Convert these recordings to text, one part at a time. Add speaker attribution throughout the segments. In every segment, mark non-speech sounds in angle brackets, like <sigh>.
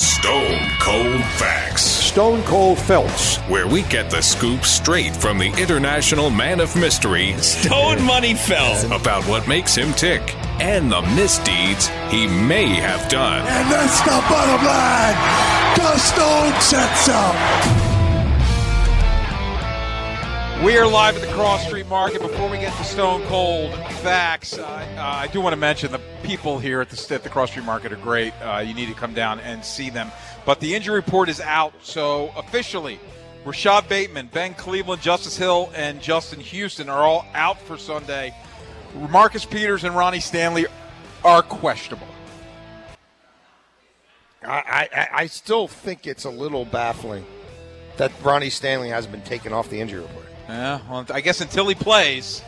Speaker 1: Stone Cold Facts,
Speaker 2: Stone Cold Phelps.
Speaker 1: where we get the scoop straight from the international man of mystery
Speaker 3: Stone Money Phelps.
Speaker 1: about what makes him tick and the misdeeds he may have done.
Speaker 4: And that's the bottom line. The Stone sets up.
Speaker 3: We are live at the Cross Street Market. Before we get to Stone Cold facts, I, uh, I do want to mention the people here at the at the Cross Street Market are great. Uh, you need to come down and see them. But the injury report is out, so officially, Rashad Bateman, Ben Cleveland, Justice Hill, and Justin Houston are all out for Sunday. Marcus Peters and Ronnie Stanley are questionable.
Speaker 5: I, I, I still think it's a little baffling that Ronnie Stanley has been taken off the injury report.
Speaker 3: Yeah, well, I guess until he plays,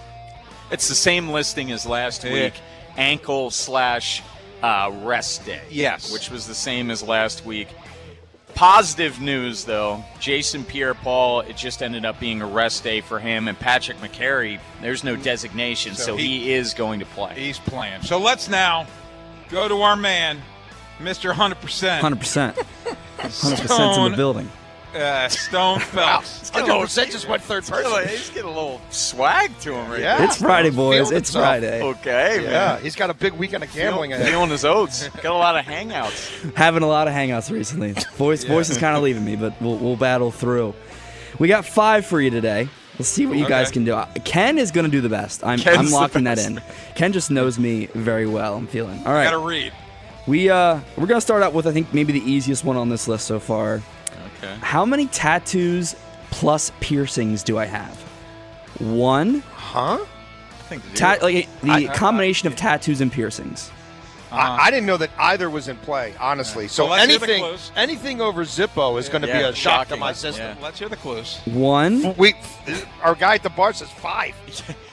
Speaker 6: It's the same listing as last
Speaker 3: Yeah.
Speaker 6: week ankle slash uh, rest day.
Speaker 3: Yes.
Speaker 6: Which was the same as last week. Positive news, though. Jason Pierre Paul, it just ended up being a rest day for him. And Patrick McCary, there's no designation,
Speaker 3: So
Speaker 6: so,
Speaker 3: he-
Speaker 6: he, is going to play.
Speaker 3: He's playing. So let's now go to our man, Mr. 100%.
Speaker 7: 100%. 100% in
Speaker 3: Stone,
Speaker 7: the building.
Speaker 3: uh, Stone Phelps.
Speaker 5: that just went third
Speaker 6: He's getting a- he's getting a little swag to him right
Speaker 5: Yeah.
Speaker 7: It's Friday, boys.
Speaker 5: Feeling
Speaker 7: It's
Speaker 5: himself.
Speaker 7: Friday.
Speaker 6: now.
Speaker 3: uh,
Speaker 6: Okay,
Speaker 5: Yeah,
Speaker 6: man.
Speaker 5: he's got a big weekend of gambling ahead.
Speaker 6: Feeling his oats. Got a lot of hangouts.
Speaker 7: Having a lot of hangouts recently. Voice, voice is kind of leaving me, but we'll, we'll battle through. We got five for you today. Let's see what you guys
Speaker 3: Okay.
Speaker 7: can do. I- Ken is going to do the best. I'm,
Speaker 6: Ken's
Speaker 7: I'm
Speaker 6: the
Speaker 7: locking that
Speaker 6: best.
Speaker 7: in. Ken just knows me very well. I'm feeling. All
Speaker 3: Got to
Speaker 7: right.
Speaker 3: read.
Speaker 7: We, uh, we're going to start out with, I think, maybe the easiest one on this list so far.
Speaker 6: Okay.
Speaker 7: How many tattoos plus piercings do I have? One.
Speaker 5: Huh?
Speaker 7: Ta- like the combination of tattoos and piercings.
Speaker 5: I, I didn't know that either was in play, honestly. So
Speaker 3: Well, let's hear the
Speaker 5: anything
Speaker 3: clues.
Speaker 5: anything over Zippo is going to be
Speaker 6: Yeah,
Speaker 5: a shock to
Speaker 6: shocking.
Speaker 5: my system.
Speaker 3: Let's hear the clues.
Speaker 7: One.
Speaker 5: We, our guy at the bar says
Speaker 6: <laughs>
Speaker 5: five.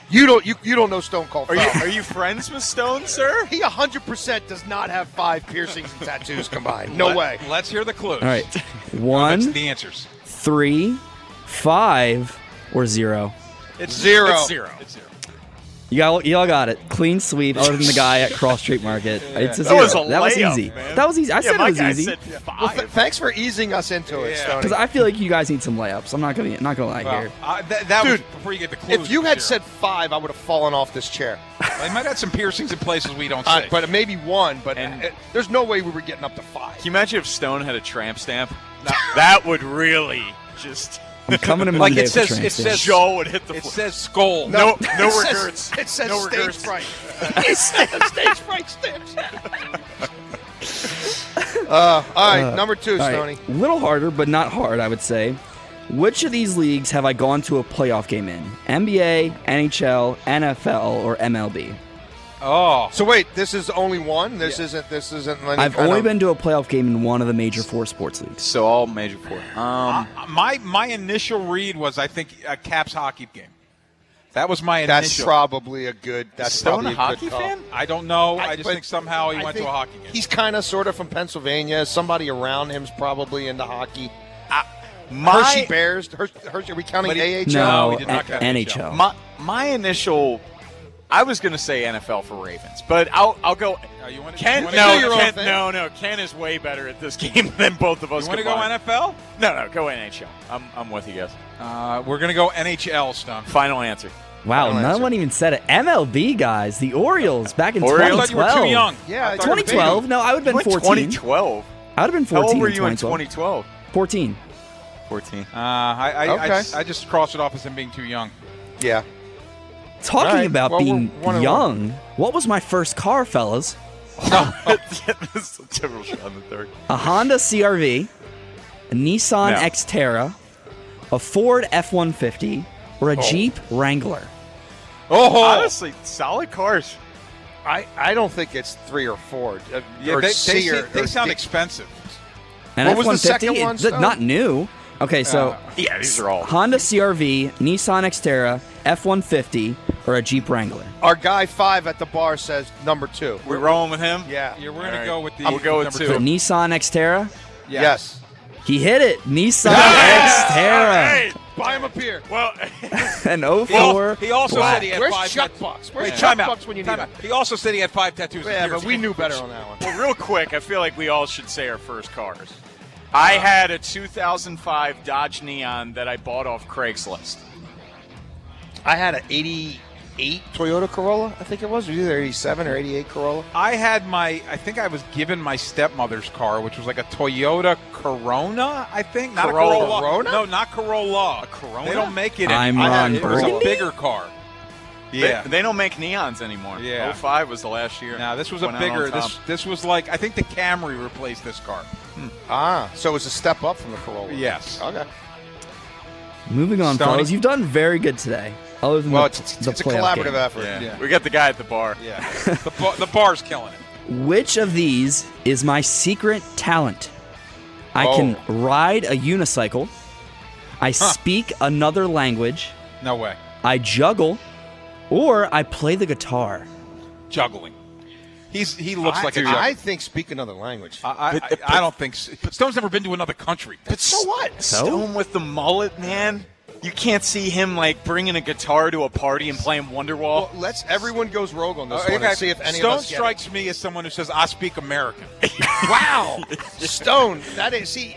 Speaker 5: You don't you, you don't know Stone Cold.
Speaker 6: Are you,
Speaker 5: Phelps.
Speaker 6: are you friends with Stone, sir?
Speaker 5: He 100% does not have five piercings and tattoos combined. No
Speaker 3: Let-
Speaker 5: way.
Speaker 3: Uh, Let's hear the clues.
Speaker 7: All right.
Speaker 3: <laughs> That's
Speaker 7: One,
Speaker 3: the answers.
Speaker 7: three, five, or zero.
Speaker 3: It's
Speaker 5: Zero.
Speaker 3: It's zero. It's zero.
Speaker 7: You all, you all got it. Clean sweep. Other than the guy at Cross Street Market, it's a
Speaker 6: That
Speaker 7: zero.
Speaker 6: was a layup,
Speaker 7: easy.
Speaker 6: man.
Speaker 7: That was easy. I
Speaker 6: yeah,
Speaker 7: said
Speaker 6: my
Speaker 7: it was
Speaker 6: guy
Speaker 7: easy.
Speaker 6: said
Speaker 5: Well, th-
Speaker 6: five.
Speaker 5: thanks for easing us into it,
Speaker 3: Yeah.
Speaker 5: Stoney.
Speaker 7: Because I feel like you guys need some layups. I'm not gonna not gonna lie
Speaker 3: Well,
Speaker 7: here.
Speaker 3: I, Uh, that that
Speaker 5: Dude,
Speaker 3: was before you get the clues.
Speaker 5: If you
Speaker 3: for
Speaker 5: had
Speaker 3: zero.
Speaker 5: said five, I would have fallen off this chair.
Speaker 3: they might have some piercings in places we don't see.
Speaker 5: Uh, but maybe one, but
Speaker 6: And-
Speaker 5: uh, there's no way we were getting up to five.
Speaker 6: Can you imagine if Stone had a tramp stamp? that would really just
Speaker 7: I'm coming in
Speaker 3: Like,
Speaker 7: Monday
Speaker 3: it
Speaker 7: for
Speaker 3: says-
Speaker 7: Trans
Speaker 3: it
Speaker 7: Day.
Speaker 3: says-
Speaker 6: Joe would hit the
Speaker 3: it
Speaker 6: floor.
Speaker 3: says skull.
Speaker 6: no,
Speaker 7: <laughs>
Speaker 6: no,
Speaker 5: it says- <laughs>
Speaker 6: regrets.
Speaker 5: it says
Speaker 6: no
Speaker 5: stage
Speaker 6: regrets.
Speaker 5: fright. it says stage fright, stage fright. Uh, all right, number two,
Speaker 7: All
Speaker 5: Stoney.
Speaker 7: right. Little harder, but not hard, I would say. Which of these leagues have I gone to a playoff game in? NBA, NHL, NFL, or MLB?
Speaker 3: <laughs> Oh.
Speaker 5: So wait, this is only one. This isn't. This isn't. any
Speaker 7: I've
Speaker 5: kind
Speaker 7: only
Speaker 5: of-
Speaker 7: been to a playoff game in one of the major four sports leagues.
Speaker 6: So all major
Speaker 3: Uh,
Speaker 6: four. Um,
Speaker 3: My my initial read was I think a Caps hockey game. That was my
Speaker 5: That's
Speaker 3: initial.
Speaker 5: probably a good. That's
Speaker 3: Stone
Speaker 5: probably
Speaker 3: a hockey
Speaker 5: good call.
Speaker 3: fan? I don't know. I, just
Speaker 5: but
Speaker 3: think somehow he
Speaker 5: I
Speaker 3: went to
Speaker 5: think
Speaker 3: a hockey game.
Speaker 5: He's kind of sort of from Pennsylvania. Somebody around him's probably into hockey.
Speaker 6: my-
Speaker 5: Hershey Bears. Hershey, Hershey, are we counting
Speaker 6: But he-
Speaker 5: AHL?
Speaker 7: No, No, we did not count NHL.
Speaker 6: My my initial, I was gonna say NFL for Ravens, but I'll I'll go.
Speaker 3: Uh, you wanna,
Speaker 6: Ken,
Speaker 3: you wanna
Speaker 6: no,
Speaker 3: go,
Speaker 6: Ken, no, no. Ken is way better at this <laughs> game than both of us.
Speaker 3: You want to go
Speaker 6: combined.
Speaker 3: NFL?
Speaker 6: No, no, go NHL. I'm I'm with you guys.
Speaker 3: Uh, we're gonna go NHL, Stump.
Speaker 6: Final answer.
Speaker 7: Wow,
Speaker 5: Final
Speaker 7: no
Speaker 5: answer.
Speaker 7: one even said it. MLB guys, the Orioles back in
Speaker 6: Orioles?
Speaker 3: I thought you were
Speaker 7: 2012.
Speaker 3: too young.
Speaker 5: Yeah,
Speaker 3: I thought you were big.
Speaker 7: 2012? No, I would have been
Speaker 6: Went
Speaker 7: 14.
Speaker 6: 2012.
Speaker 7: I would have been 14.
Speaker 6: How old were
Speaker 7: in
Speaker 6: you in
Speaker 7: 2012.
Speaker 6: 2012?
Speaker 7: 14.
Speaker 6: 14.
Speaker 3: Uh, I, I, I
Speaker 5: Okay.
Speaker 3: just- I just crossed it off as him being too young.
Speaker 5: Yeah.
Speaker 7: Talking
Speaker 5: All right,
Speaker 7: about
Speaker 5: well, we're
Speaker 7: being
Speaker 5: one and
Speaker 7: young, what was my first car, fellas?
Speaker 6: <laughs> this is a terrible shot in the third.
Speaker 7: A Honda CRV, a Nissan
Speaker 6: No.
Speaker 7: Xterra, a Ford F-150, or a
Speaker 5: Oh.
Speaker 7: Jeep Wrangler.
Speaker 3: Oh,
Speaker 6: Honestly, solid cars.
Speaker 5: I, I don't think it's three or four. Uh,
Speaker 3: yeah,
Speaker 5: or
Speaker 3: they, they,
Speaker 5: C or-
Speaker 3: se- they
Speaker 5: or
Speaker 3: sound
Speaker 5: D.
Speaker 3: expensive.
Speaker 7: And
Speaker 5: What was the
Speaker 7: F-150,
Speaker 5: second one,
Speaker 7: it's not
Speaker 5: Stone?
Speaker 7: new. Okay, so
Speaker 6: Yeah, these are all.
Speaker 7: Honda CRV, Nissan Xterra, F-150, or a Jeep Wrangler.
Speaker 5: Our guy five at the bar says number two.
Speaker 6: We're rolling with him.
Speaker 5: Yeah.
Speaker 3: Yeah, we're gonna
Speaker 6: All right.
Speaker 3: go with the.
Speaker 6: I'm gonna go with
Speaker 3: number
Speaker 6: two.
Speaker 7: The
Speaker 6: Cool.
Speaker 7: Nissan Xterra,
Speaker 5: Yes.
Speaker 7: he hit it. Nissan Xterra,
Speaker 5: Buy him a beer.
Speaker 3: <laughs>
Speaker 6: Well,
Speaker 7: an
Speaker 3: Well,
Speaker 7: 04.
Speaker 3: he also said he had
Speaker 5: Where's
Speaker 3: five.
Speaker 5: Chuck
Speaker 3: tat-
Speaker 5: Bucks?
Speaker 3: Wait,
Speaker 5: Where's Chuck
Speaker 3: time out.
Speaker 5: Bucks when you
Speaker 3: Time
Speaker 5: need
Speaker 3: out.
Speaker 5: him?
Speaker 3: He also said he had five tattoos. and
Speaker 5: Yeah, but
Speaker 3: piercings.
Speaker 5: we knew better on that one.
Speaker 6: well, real quick, I feel like we all should say our first cars. I
Speaker 3: Uh,
Speaker 6: had a 2005 Dodge Neon that I bought off Craigslist.
Speaker 5: I had an 88 Toyota Corolla, I think it was. It was either 87 or 88 Corolla.
Speaker 3: I had my. I think I was given my stepmother's car, which was like a Toyota Corona. I think not
Speaker 6: Corolla.
Speaker 3: a Corolla.
Speaker 5: Corona?
Speaker 3: No, not Corolla. A Corona. They don't make it.
Speaker 7: I'm
Speaker 3: anymore.
Speaker 7: Ron
Speaker 3: It was a
Speaker 7: Burgundy?
Speaker 3: bigger car.
Speaker 6: They-
Speaker 3: Yeah.
Speaker 6: They, don't make neons anymore.
Speaker 3: Yeah.
Speaker 6: 05 was the last year.
Speaker 3: now this was a
Speaker 6: Went out on
Speaker 3: bigger.
Speaker 6: top.
Speaker 3: This this was like I think the Camry replaced this car.
Speaker 5: Ah, so it was a step up from the Corolla.
Speaker 3: Yes.
Speaker 5: Okay.
Speaker 7: Moving on,
Speaker 3: Stoney.
Speaker 7: fellas. You've done very good today. Other than
Speaker 5: Well,
Speaker 7: the,
Speaker 5: it's, it's,
Speaker 7: the
Speaker 5: it's a
Speaker 7: playoff
Speaker 5: collaborative uh,
Speaker 7: game.
Speaker 5: effort.
Speaker 6: Yeah.
Speaker 3: Yeah.
Speaker 6: We got the guy at the bar.
Speaker 3: Yeah. the, ba- the bar's killing it.
Speaker 7: Which of these is my secret talent? I can
Speaker 5: Oh.
Speaker 7: ride a unicycle. I speak another language.
Speaker 3: No way.
Speaker 7: I juggle, or I play the guitar.
Speaker 3: Juggling. He's he looks
Speaker 5: I,
Speaker 3: like a juggler.
Speaker 5: I think speak another language.
Speaker 3: I, I, I, I don't think so. Stone's never been to another country.
Speaker 6: But so what?
Speaker 7: So?
Speaker 6: Stone with the mullet, man. You can't see him like bringing a guitar to a party and playing Wonderwall.
Speaker 5: well, let's everyone goes rogue on this
Speaker 3: Okay,
Speaker 5: one and see if any
Speaker 3: Stone
Speaker 5: of us get
Speaker 3: strikes me as someone who says I speak American.
Speaker 5: it. Wow, Stone. That is see,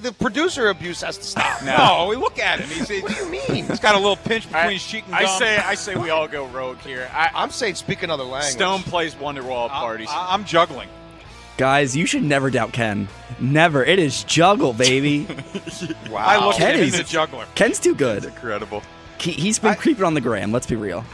Speaker 5: the producer abuse has to stop.
Speaker 3: no, we look at him. He's,
Speaker 5: What do you
Speaker 3: he's
Speaker 5: mean? <laughs>
Speaker 3: got a little pinch between
Speaker 6: I,
Speaker 3: his cheek and
Speaker 6: I
Speaker 3: gum.
Speaker 6: say, I say, we all go rogue here. I,
Speaker 5: I'm saying speak another <laughs> language.
Speaker 6: Stone plays Wonderwall at
Speaker 3: I'm,
Speaker 6: parties.
Speaker 3: I- I'm juggling.
Speaker 7: Guys, you should never doubt Ken. Never. It is juggle, baby.
Speaker 5: <laughs> Wow.
Speaker 3: I look
Speaker 7: Ken
Speaker 3: at him. He's
Speaker 7: is-
Speaker 3: a juggler. <laughs>
Speaker 7: Ken's too good.
Speaker 6: Incredible.
Speaker 7: He, he's been creeping on the gram. Let's be real.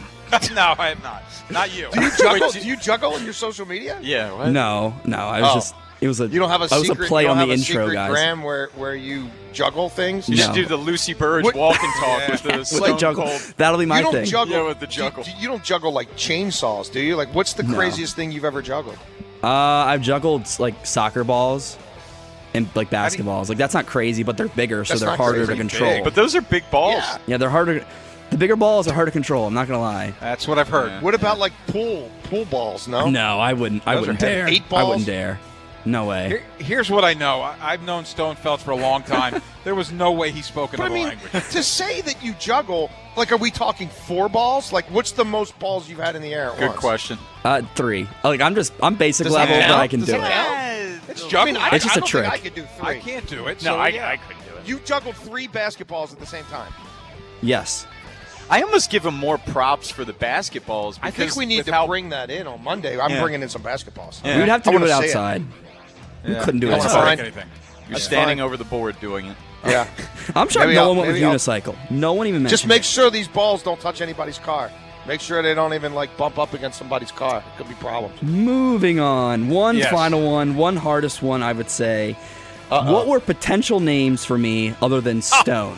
Speaker 3: no, I am not. Not you.
Speaker 6: <laughs>
Speaker 5: do you <laughs> juggle? do you juggle in your social media?
Speaker 6: Yeah. What?
Speaker 7: No, no. I was
Speaker 5: Oh.
Speaker 7: just. It was a.
Speaker 5: You don't have a
Speaker 7: I was
Speaker 5: secret.
Speaker 7: a play
Speaker 5: you don't have
Speaker 7: on the
Speaker 5: a
Speaker 7: intro,
Speaker 5: secret
Speaker 7: guys.
Speaker 5: gram where where you juggle things.
Speaker 6: You
Speaker 7: No.
Speaker 6: should do the Lucy Burge
Speaker 5: What-
Speaker 6: walk and talk
Speaker 3: Yeah.
Speaker 6: with the
Speaker 7: With
Speaker 6: Stone
Speaker 7: the juggle.
Speaker 6: Cold.
Speaker 7: That'll be my
Speaker 5: you don't
Speaker 7: thing.
Speaker 5: juggle
Speaker 6: Yeah, with the juggle.
Speaker 5: Do, do- you don't juggle like chainsaws, do you? Like, what's the craziest thing you've ever juggled?
Speaker 7: Uh, I've juggled like soccer balls and like basketballs. Like that's not crazy, but they're bigger, so
Speaker 5: That's
Speaker 7: they're
Speaker 5: not
Speaker 7: harder to
Speaker 5: crazy.
Speaker 7: control.
Speaker 5: Big.
Speaker 6: But those are big balls.
Speaker 5: Yeah.
Speaker 7: yeah, they're harder. The bigger balls are hard to control. I'm not gonna lie.
Speaker 3: That's what I've heard.
Speaker 5: What about like pool pool balls? No.
Speaker 7: No, I wouldn't. I
Speaker 3: Those are
Speaker 7: wouldn't
Speaker 3: heavy.
Speaker 7: dare.
Speaker 5: Eight
Speaker 7: I wouldn't
Speaker 5: balls?
Speaker 7: dare. No way.
Speaker 3: Here- here's what I know. I, I've known Stone Feltz for a long
Speaker 5: <laughs>
Speaker 3: time. there was no way he spoke
Speaker 5: But I
Speaker 3: another
Speaker 5: mean,
Speaker 3: language.
Speaker 5: to say that you juggle, like, are we talking four balls? Like, what's the most balls you've had in the air? At
Speaker 6: Good
Speaker 5: once?
Speaker 6: question.
Speaker 7: Uh, three. Like I'm just. I'm basic
Speaker 5: Does that
Speaker 7: level, but
Speaker 5: count?
Speaker 7: I can
Speaker 5: Does
Speaker 7: do
Speaker 5: that
Speaker 7: it.
Speaker 5: count?
Speaker 3: It's
Speaker 5: I mean,
Speaker 3: juggling.
Speaker 5: I,
Speaker 7: It's just
Speaker 5: I
Speaker 7: a
Speaker 5: don't
Speaker 7: trick.
Speaker 5: Think I could do three.
Speaker 3: I can't do it.
Speaker 6: No,
Speaker 3: so,
Speaker 6: I,
Speaker 3: yeah.
Speaker 6: I couldn't do it.
Speaker 5: You juggled three basketballs at the same time.
Speaker 7: Yes.
Speaker 6: I almost give him more props for the basketballs.
Speaker 5: I think
Speaker 6: because
Speaker 5: we need
Speaker 6: with
Speaker 5: to
Speaker 6: how-
Speaker 5: bring that in on Monday. I'm
Speaker 6: Yeah.
Speaker 5: bringing in some basketballs.
Speaker 6: Yeah.
Speaker 7: We would have to
Speaker 5: I
Speaker 7: do it
Speaker 5: wanna see it.
Speaker 7: outside. We couldn't do
Speaker 5: You
Speaker 7: it
Speaker 5: don't wanna
Speaker 7: outside.
Speaker 5: fine.
Speaker 3: anything.
Speaker 6: You're standing
Speaker 5: fine.
Speaker 6: over the board doing it.
Speaker 5: Yeah. <laughs>
Speaker 7: I'm sure
Speaker 5: Maybe
Speaker 7: no
Speaker 5: I'll-
Speaker 7: one went with
Speaker 5: maybe I'll-
Speaker 7: unicycle. No one even mentioned.
Speaker 5: Just make
Speaker 7: it.
Speaker 5: sure these balls don't touch anybody's car. Make sure they don't even like bump up against somebody's car. It could be problems.
Speaker 7: Moving on. One
Speaker 3: Yes.
Speaker 7: final one. One hardest one, I would say. What were potential names for me other than Stone?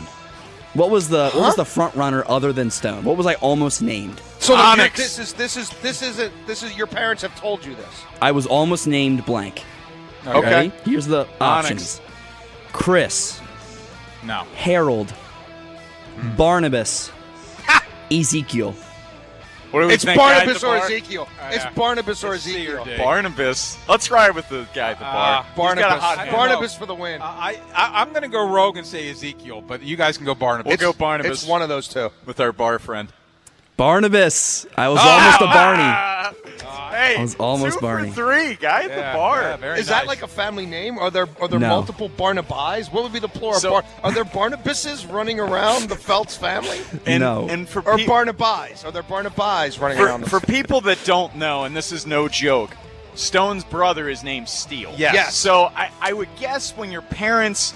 Speaker 7: What was the What was the front runner other than Stone? What was I almost named?
Speaker 5: So like,
Speaker 6: Onyx.
Speaker 5: this is this is this isn't this is your parents have told you this.
Speaker 7: I was almost named blank.
Speaker 3: Okay.
Speaker 7: Ready? Here's the
Speaker 3: Onyx.
Speaker 7: options: Chris,
Speaker 3: No.
Speaker 7: Harold, Barnabas, Ezekiel.
Speaker 6: What do we
Speaker 5: It's
Speaker 6: think, guy at
Speaker 5: Barnabas
Speaker 6: the
Speaker 5: or
Speaker 6: bar? Oh,
Speaker 5: Ezekiel. It's Barnabas or Ezekiel.
Speaker 6: Barnabas. Let's ride with the guy at the bar. He's got a
Speaker 3: Barnabas.
Speaker 6: hot
Speaker 3: I
Speaker 6: hand.
Speaker 3: don't know.
Speaker 5: Barnabas for the win.
Speaker 3: Uh,
Speaker 6: Oh.
Speaker 3: I, I I'm going to go rogue and say Ezekiel, but you guys can go Barnabas.
Speaker 6: We'll go Barnabas.
Speaker 5: one of those two.
Speaker 6: With our bar friend.
Speaker 7: Barnabas. I
Speaker 6: Ah!
Speaker 7: was almost a Barney.
Speaker 6: hey,
Speaker 7: I was almost
Speaker 6: two
Speaker 7: Barney.
Speaker 6: for three, guy at
Speaker 3: Yeah,
Speaker 6: the bar.
Speaker 3: yeah, very
Speaker 5: Is that
Speaker 3: nice.
Speaker 5: like a family name? Are there are there
Speaker 7: No.
Speaker 5: multiple Barnabis? What would be the plural?
Speaker 6: So-
Speaker 5: Bar- are there Barnabases running around the Phelps family?
Speaker 6: And,
Speaker 7: no.
Speaker 6: and for
Speaker 5: Or
Speaker 6: pe-
Speaker 5: Barnabis? Are there Barnabis running
Speaker 6: for,
Speaker 5: around? the-
Speaker 6: for people that don't know, and this is no joke, Stone's brother is named Steele.
Speaker 3: Yes. Yes.
Speaker 6: So I, I would guess when your parents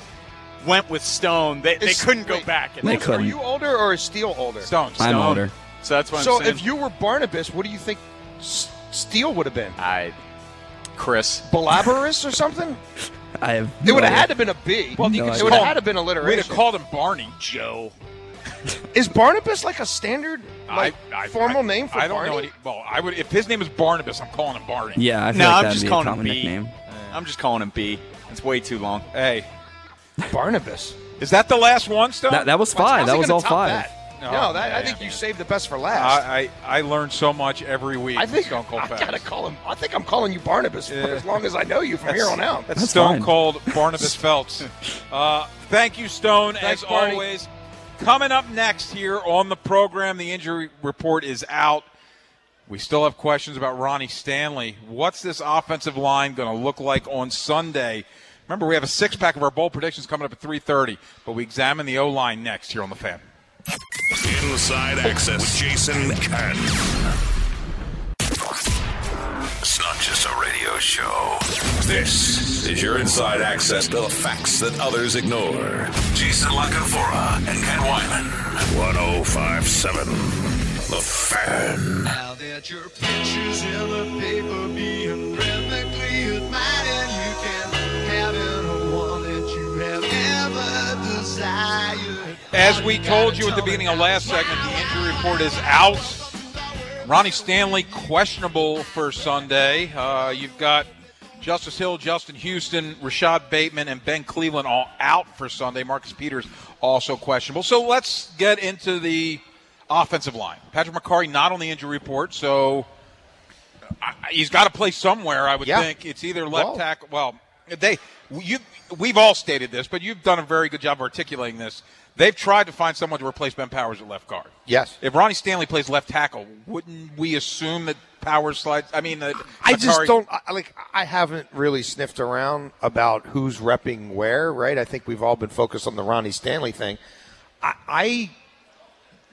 Speaker 6: went with Stone, they, they
Speaker 5: Is-
Speaker 6: couldn't go
Speaker 5: wait.
Speaker 6: back. And
Speaker 7: They
Speaker 6: they-
Speaker 5: are
Speaker 7: couldn't.
Speaker 5: you older or is Steele older?
Speaker 3: Stone.
Speaker 7: I'm
Speaker 6: Stone.
Speaker 7: older.
Speaker 6: So that's what
Speaker 5: So
Speaker 6: I'm saying.
Speaker 5: if you were Barnabas, what do you think S- Steele would have been?
Speaker 6: I, Chris.
Speaker 5: Balabarus or something?
Speaker 7: I have.
Speaker 5: It would have
Speaker 7: no
Speaker 5: had to been a B.
Speaker 7: Well,
Speaker 5: Well,
Speaker 7: you could
Speaker 5: it
Speaker 7: just
Speaker 5: would
Speaker 7: call
Speaker 5: have
Speaker 7: him-
Speaker 5: had to been
Speaker 3: We'd have
Speaker 5: alliteration.
Speaker 3: called him Barney. Joe.
Speaker 5: is Barnabas like a standard like, formal name for
Speaker 3: I don't
Speaker 5: Barney?
Speaker 3: know. Any, well, I would if his name is Barnabas, I'm calling him Barney.
Speaker 7: Yeah, I feel
Speaker 6: No,
Speaker 7: like
Speaker 6: I'm
Speaker 7: that'd
Speaker 6: just
Speaker 7: be a
Speaker 6: calling him
Speaker 7: common
Speaker 6: B.
Speaker 7: nickname.
Speaker 6: I'm just calling him B. It's way too long.
Speaker 3: Hey,
Speaker 5: Barnabas.
Speaker 3: is that the last one, Stone?
Speaker 7: That, that was five.
Speaker 5: How's
Speaker 7: That
Speaker 5: he
Speaker 7: was
Speaker 5: gonna
Speaker 7: all
Speaker 5: top
Speaker 7: five.
Speaker 5: that?
Speaker 3: No,
Speaker 5: No, that, I
Speaker 3: yeah,
Speaker 5: think you
Speaker 3: yeah.
Speaker 5: saved the best for last.
Speaker 3: I, I I learn so much every week.
Speaker 5: I think
Speaker 3: Stone Cold
Speaker 5: I
Speaker 3: Fast.
Speaker 5: gotta call him. I think I'm calling you Barnabas for as long as I know you from here on out.
Speaker 3: That's,
Speaker 7: That's
Speaker 3: Stone
Speaker 7: fine.
Speaker 3: Cold Barnabas Phelps. Uh, thank you, Stone,
Speaker 5: Thanks,
Speaker 3: as
Speaker 5: Barney.
Speaker 3: always. Coming up next here on the program, the injury report is out. We still have questions about Ronnie Stanley. What's this offensive line going to look like on Sunday? Remember, we have a six pack of our bowl predictions coming up at 3:30, but we examine the O line next here on the Fan.
Speaker 1: Inside Access with Jason Ken.
Speaker 2: It's not just a radio show. This is your inside access to the facts that others ignore. Jason Lacafora and Ken Wyman. 1057. The Fan.
Speaker 4: Now that your picture's in the paper being perfectly admired, you can have a one that you have ever desired.
Speaker 3: As we told you at the beginning of last segment, the injury report is out. Ronnie Stanley questionable for Sunday. Uh, you've got Justice Hill, Justin Houston, Rashad Bateman, and Ben Cleveland all out for Sunday. Marcus Peters also questionable. So let's get into the offensive line. Patrick McCarry not on the injury report, so I, I- he's got to play somewhere. I would
Speaker 5: Yeah.
Speaker 3: think it's either left
Speaker 5: Well-
Speaker 3: tackle. Well, they you we've all stated this, but you've done a very good job of articulating this. They've tried to find someone to replace Ben Powers at left guard.
Speaker 5: Yes.
Speaker 3: If Ronnie Stanley plays left tackle, wouldn't we assume that Powers slides? I mean, that
Speaker 5: I just
Speaker 3: Makari-
Speaker 5: don't I, I like. I haven't really sniffed around about who's repping where. Right? I think we've all been focused on the Ronnie Stanley thing. I, I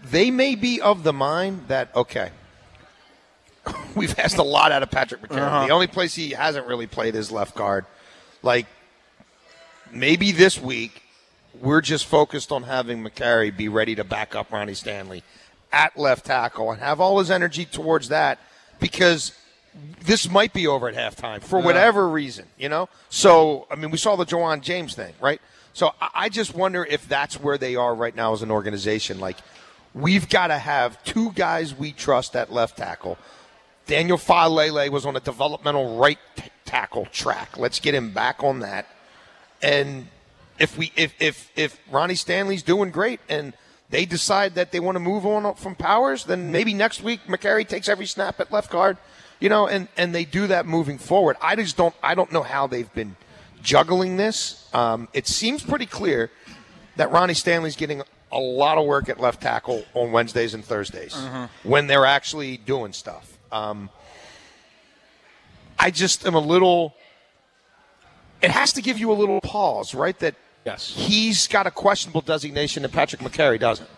Speaker 5: they may be of the mind that okay. <laughs> We've asked a lot out of Patrick McCarron. The only place he hasn't really played is left guard. Like maybe this week we're just focused on having McCary be ready to back up Ronnie Stanley at left tackle and have all his energy towards that because this might be over at halftime for whatever reason, you know? So, I mean, we saw the Jawan James thing, right? So I, I just wonder if that's where they are right now as an organization. Like, we've got to have two guys we trust at left tackle. Daniel Falele was on a developmental right t- tackle track. Let's get him back on that. And if we if if if Ronnie Stanley's doing great and they decide that they want to move on from Powers, then maybe next week McCary takes every snap at left guard, you know, and and they do that moving forward. I just don't I don't know how they've been juggling this. Um, it seems pretty clear that Ronnie Stanley's getting a lot of work at left tackle on Wednesdays and Thursdays when they're actually doing stuff. Um, I just am a little it has to give you a little pause, right? That
Speaker 3: Yes.
Speaker 5: he's got a questionable designation and Patrick McCary doesn't.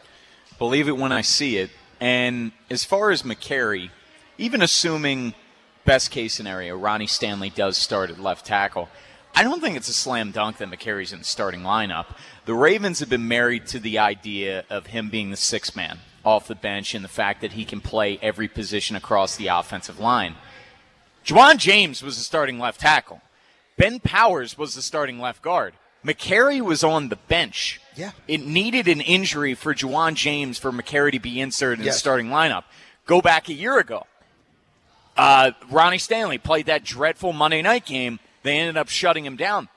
Speaker 6: Believe it when I see it. And as far as McCary, even assuming best case scenario, Ronnie Stanley does start at left tackle, I don't think it's a slam dunk that McCary's in the starting lineup. The Ravens have been married to the idea of him being the sixth man off the bench and the fact that he can play every position across the offensive line. Juwan James was the starting left tackle. Ben Powers was the starting left guard. McCary was on the bench.
Speaker 5: Yeah.
Speaker 6: It needed an injury for Juwan James for McCary to be inserted in
Speaker 5: Yes.
Speaker 6: the starting lineup. Go back a year ago. Uh, Ronnie Stanley played that dreadful Monday night game. They ended up shutting him down.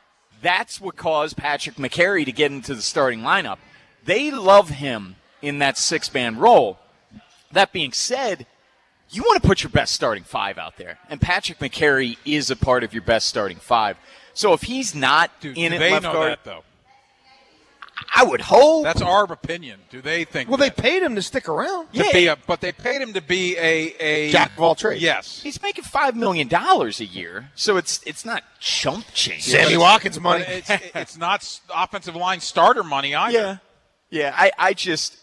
Speaker 6: That's what caused Patrick McCary to get into the starting lineup. They love him in that six man role. That being said, you want to put your best starting five out there, and Patrick McCary is a part of your best starting five. So if he's not
Speaker 3: Dude,
Speaker 6: in
Speaker 3: do
Speaker 6: at
Speaker 3: they
Speaker 6: left
Speaker 3: know
Speaker 6: guard,
Speaker 3: that, though?
Speaker 6: I would hope
Speaker 3: that's our opinion. Do they think?
Speaker 5: Well, they paid him to stick around.
Speaker 3: To be a, but they paid him to be a, a
Speaker 5: Jack of all trades.
Speaker 3: Yes,
Speaker 6: he's making five million dollars a year, so it's it's not chump change.
Speaker 5: Sammy Watkins money.
Speaker 3: But It's, it's not s- offensive line starter
Speaker 5: <laughs>
Speaker 3: money either.
Speaker 6: Yeah. Yeah, I, I just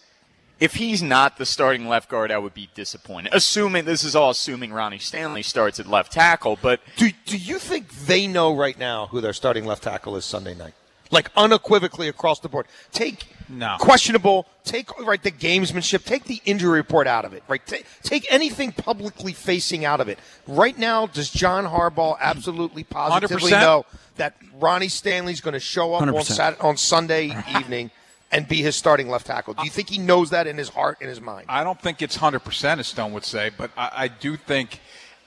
Speaker 6: if he's not the starting left guard, I would be disappointed. Assuming this is all assuming Ronnie Stanley starts at left tackle, but
Speaker 5: do do you think they know right now who their starting left tackle is Sunday night? Like unequivocally across the board. Take
Speaker 3: No.
Speaker 5: questionable. Take right the gamesmanship. Take the injury report out of it. Right. Take, take anything publicly facing out of it. Right now, does John Harbaugh absolutely positively
Speaker 3: 100%?
Speaker 5: know that Ronnie Stanley's going to show up on
Speaker 7: 100%.
Speaker 5: Sat- on Sunday <laughs> evening and be his starting left tackle? Do you think he knows that in his heart and his mind?
Speaker 3: I don't think it's 100%, as Stone would say, but I, I do think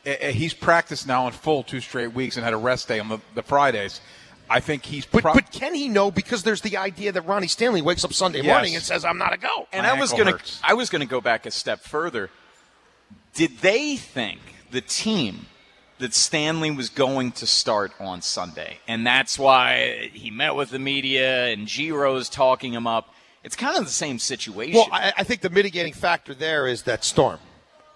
Speaker 3: eh, eh, he's practiced now in full two straight weeks and had a rest day on the, the Fridays. I think he's.
Speaker 5: But,
Speaker 3: pro-
Speaker 5: but can he know? Because there's the idea that Ronnie Stanley wakes up Sunday
Speaker 3: Yes.
Speaker 5: morning and says, "I'm not a go."
Speaker 6: and
Speaker 3: My
Speaker 6: I was
Speaker 3: ankle
Speaker 6: gonna
Speaker 3: hurts.
Speaker 6: I was gonna go back a step further. Did they think the team that Stanley was going to start on Sunday, and that's why he met with the media and Giro's talking him up? It's kind of the same situation.
Speaker 5: Well, I, I think the mitigating factor there is that storm,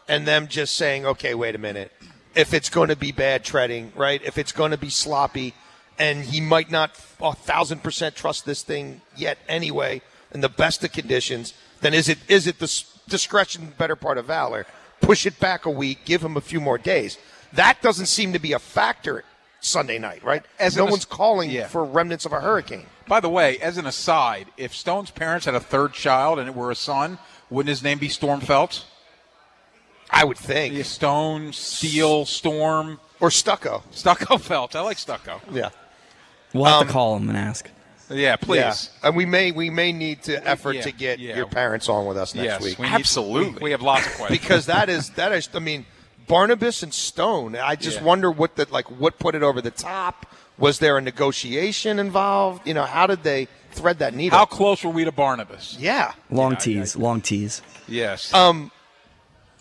Speaker 5: and them just saying, "Okay, wait a minute. If it's going to be bad treading, right? If it's going to be sloppy, and he might not a thousand percent trust this thing yet anyway, in the best of conditions, then is it is it the s- discretion better part of valor? Push it back a week, give him a few more days. That doesn't seem to be a factor Sunday night, right?
Speaker 3: As
Speaker 5: no
Speaker 3: an as-
Speaker 5: one's calling
Speaker 3: Yeah.
Speaker 5: for remnants of a hurricane.
Speaker 3: By the way, as an aside, if Stone's parents had a third child and it were a son, wouldn't his name be Storm Phelps?
Speaker 5: I would think,
Speaker 3: Yeah, Stone, Steel, Storm,
Speaker 5: or stucco.
Speaker 3: Stucco Phelps. I like Stucco.
Speaker 5: Yeah.
Speaker 7: We'll have to call him and ask.
Speaker 3: Yeah, please.
Speaker 5: Yeah. And we may we may need to effort
Speaker 3: Yeah,
Speaker 5: to get
Speaker 3: yeah.
Speaker 5: your parents on with us next
Speaker 3: Yes,
Speaker 5: week
Speaker 3: we need-
Speaker 6: Absolutely.
Speaker 3: we, we have lots of questions.
Speaker 5: <laughs> because that is that is I mean Barnabas and Stone. I just
Speaker 3: Yeah.
Speaker 5: wonder what that like what put it over the top. Was there a negotiation involved? You know, how did they thread that needle?
Speaker 3: How close were we to Barnabas?
Speaker 5: yeah.
Speaker 7: Long tease, long tease.
Speaker 3: Yes.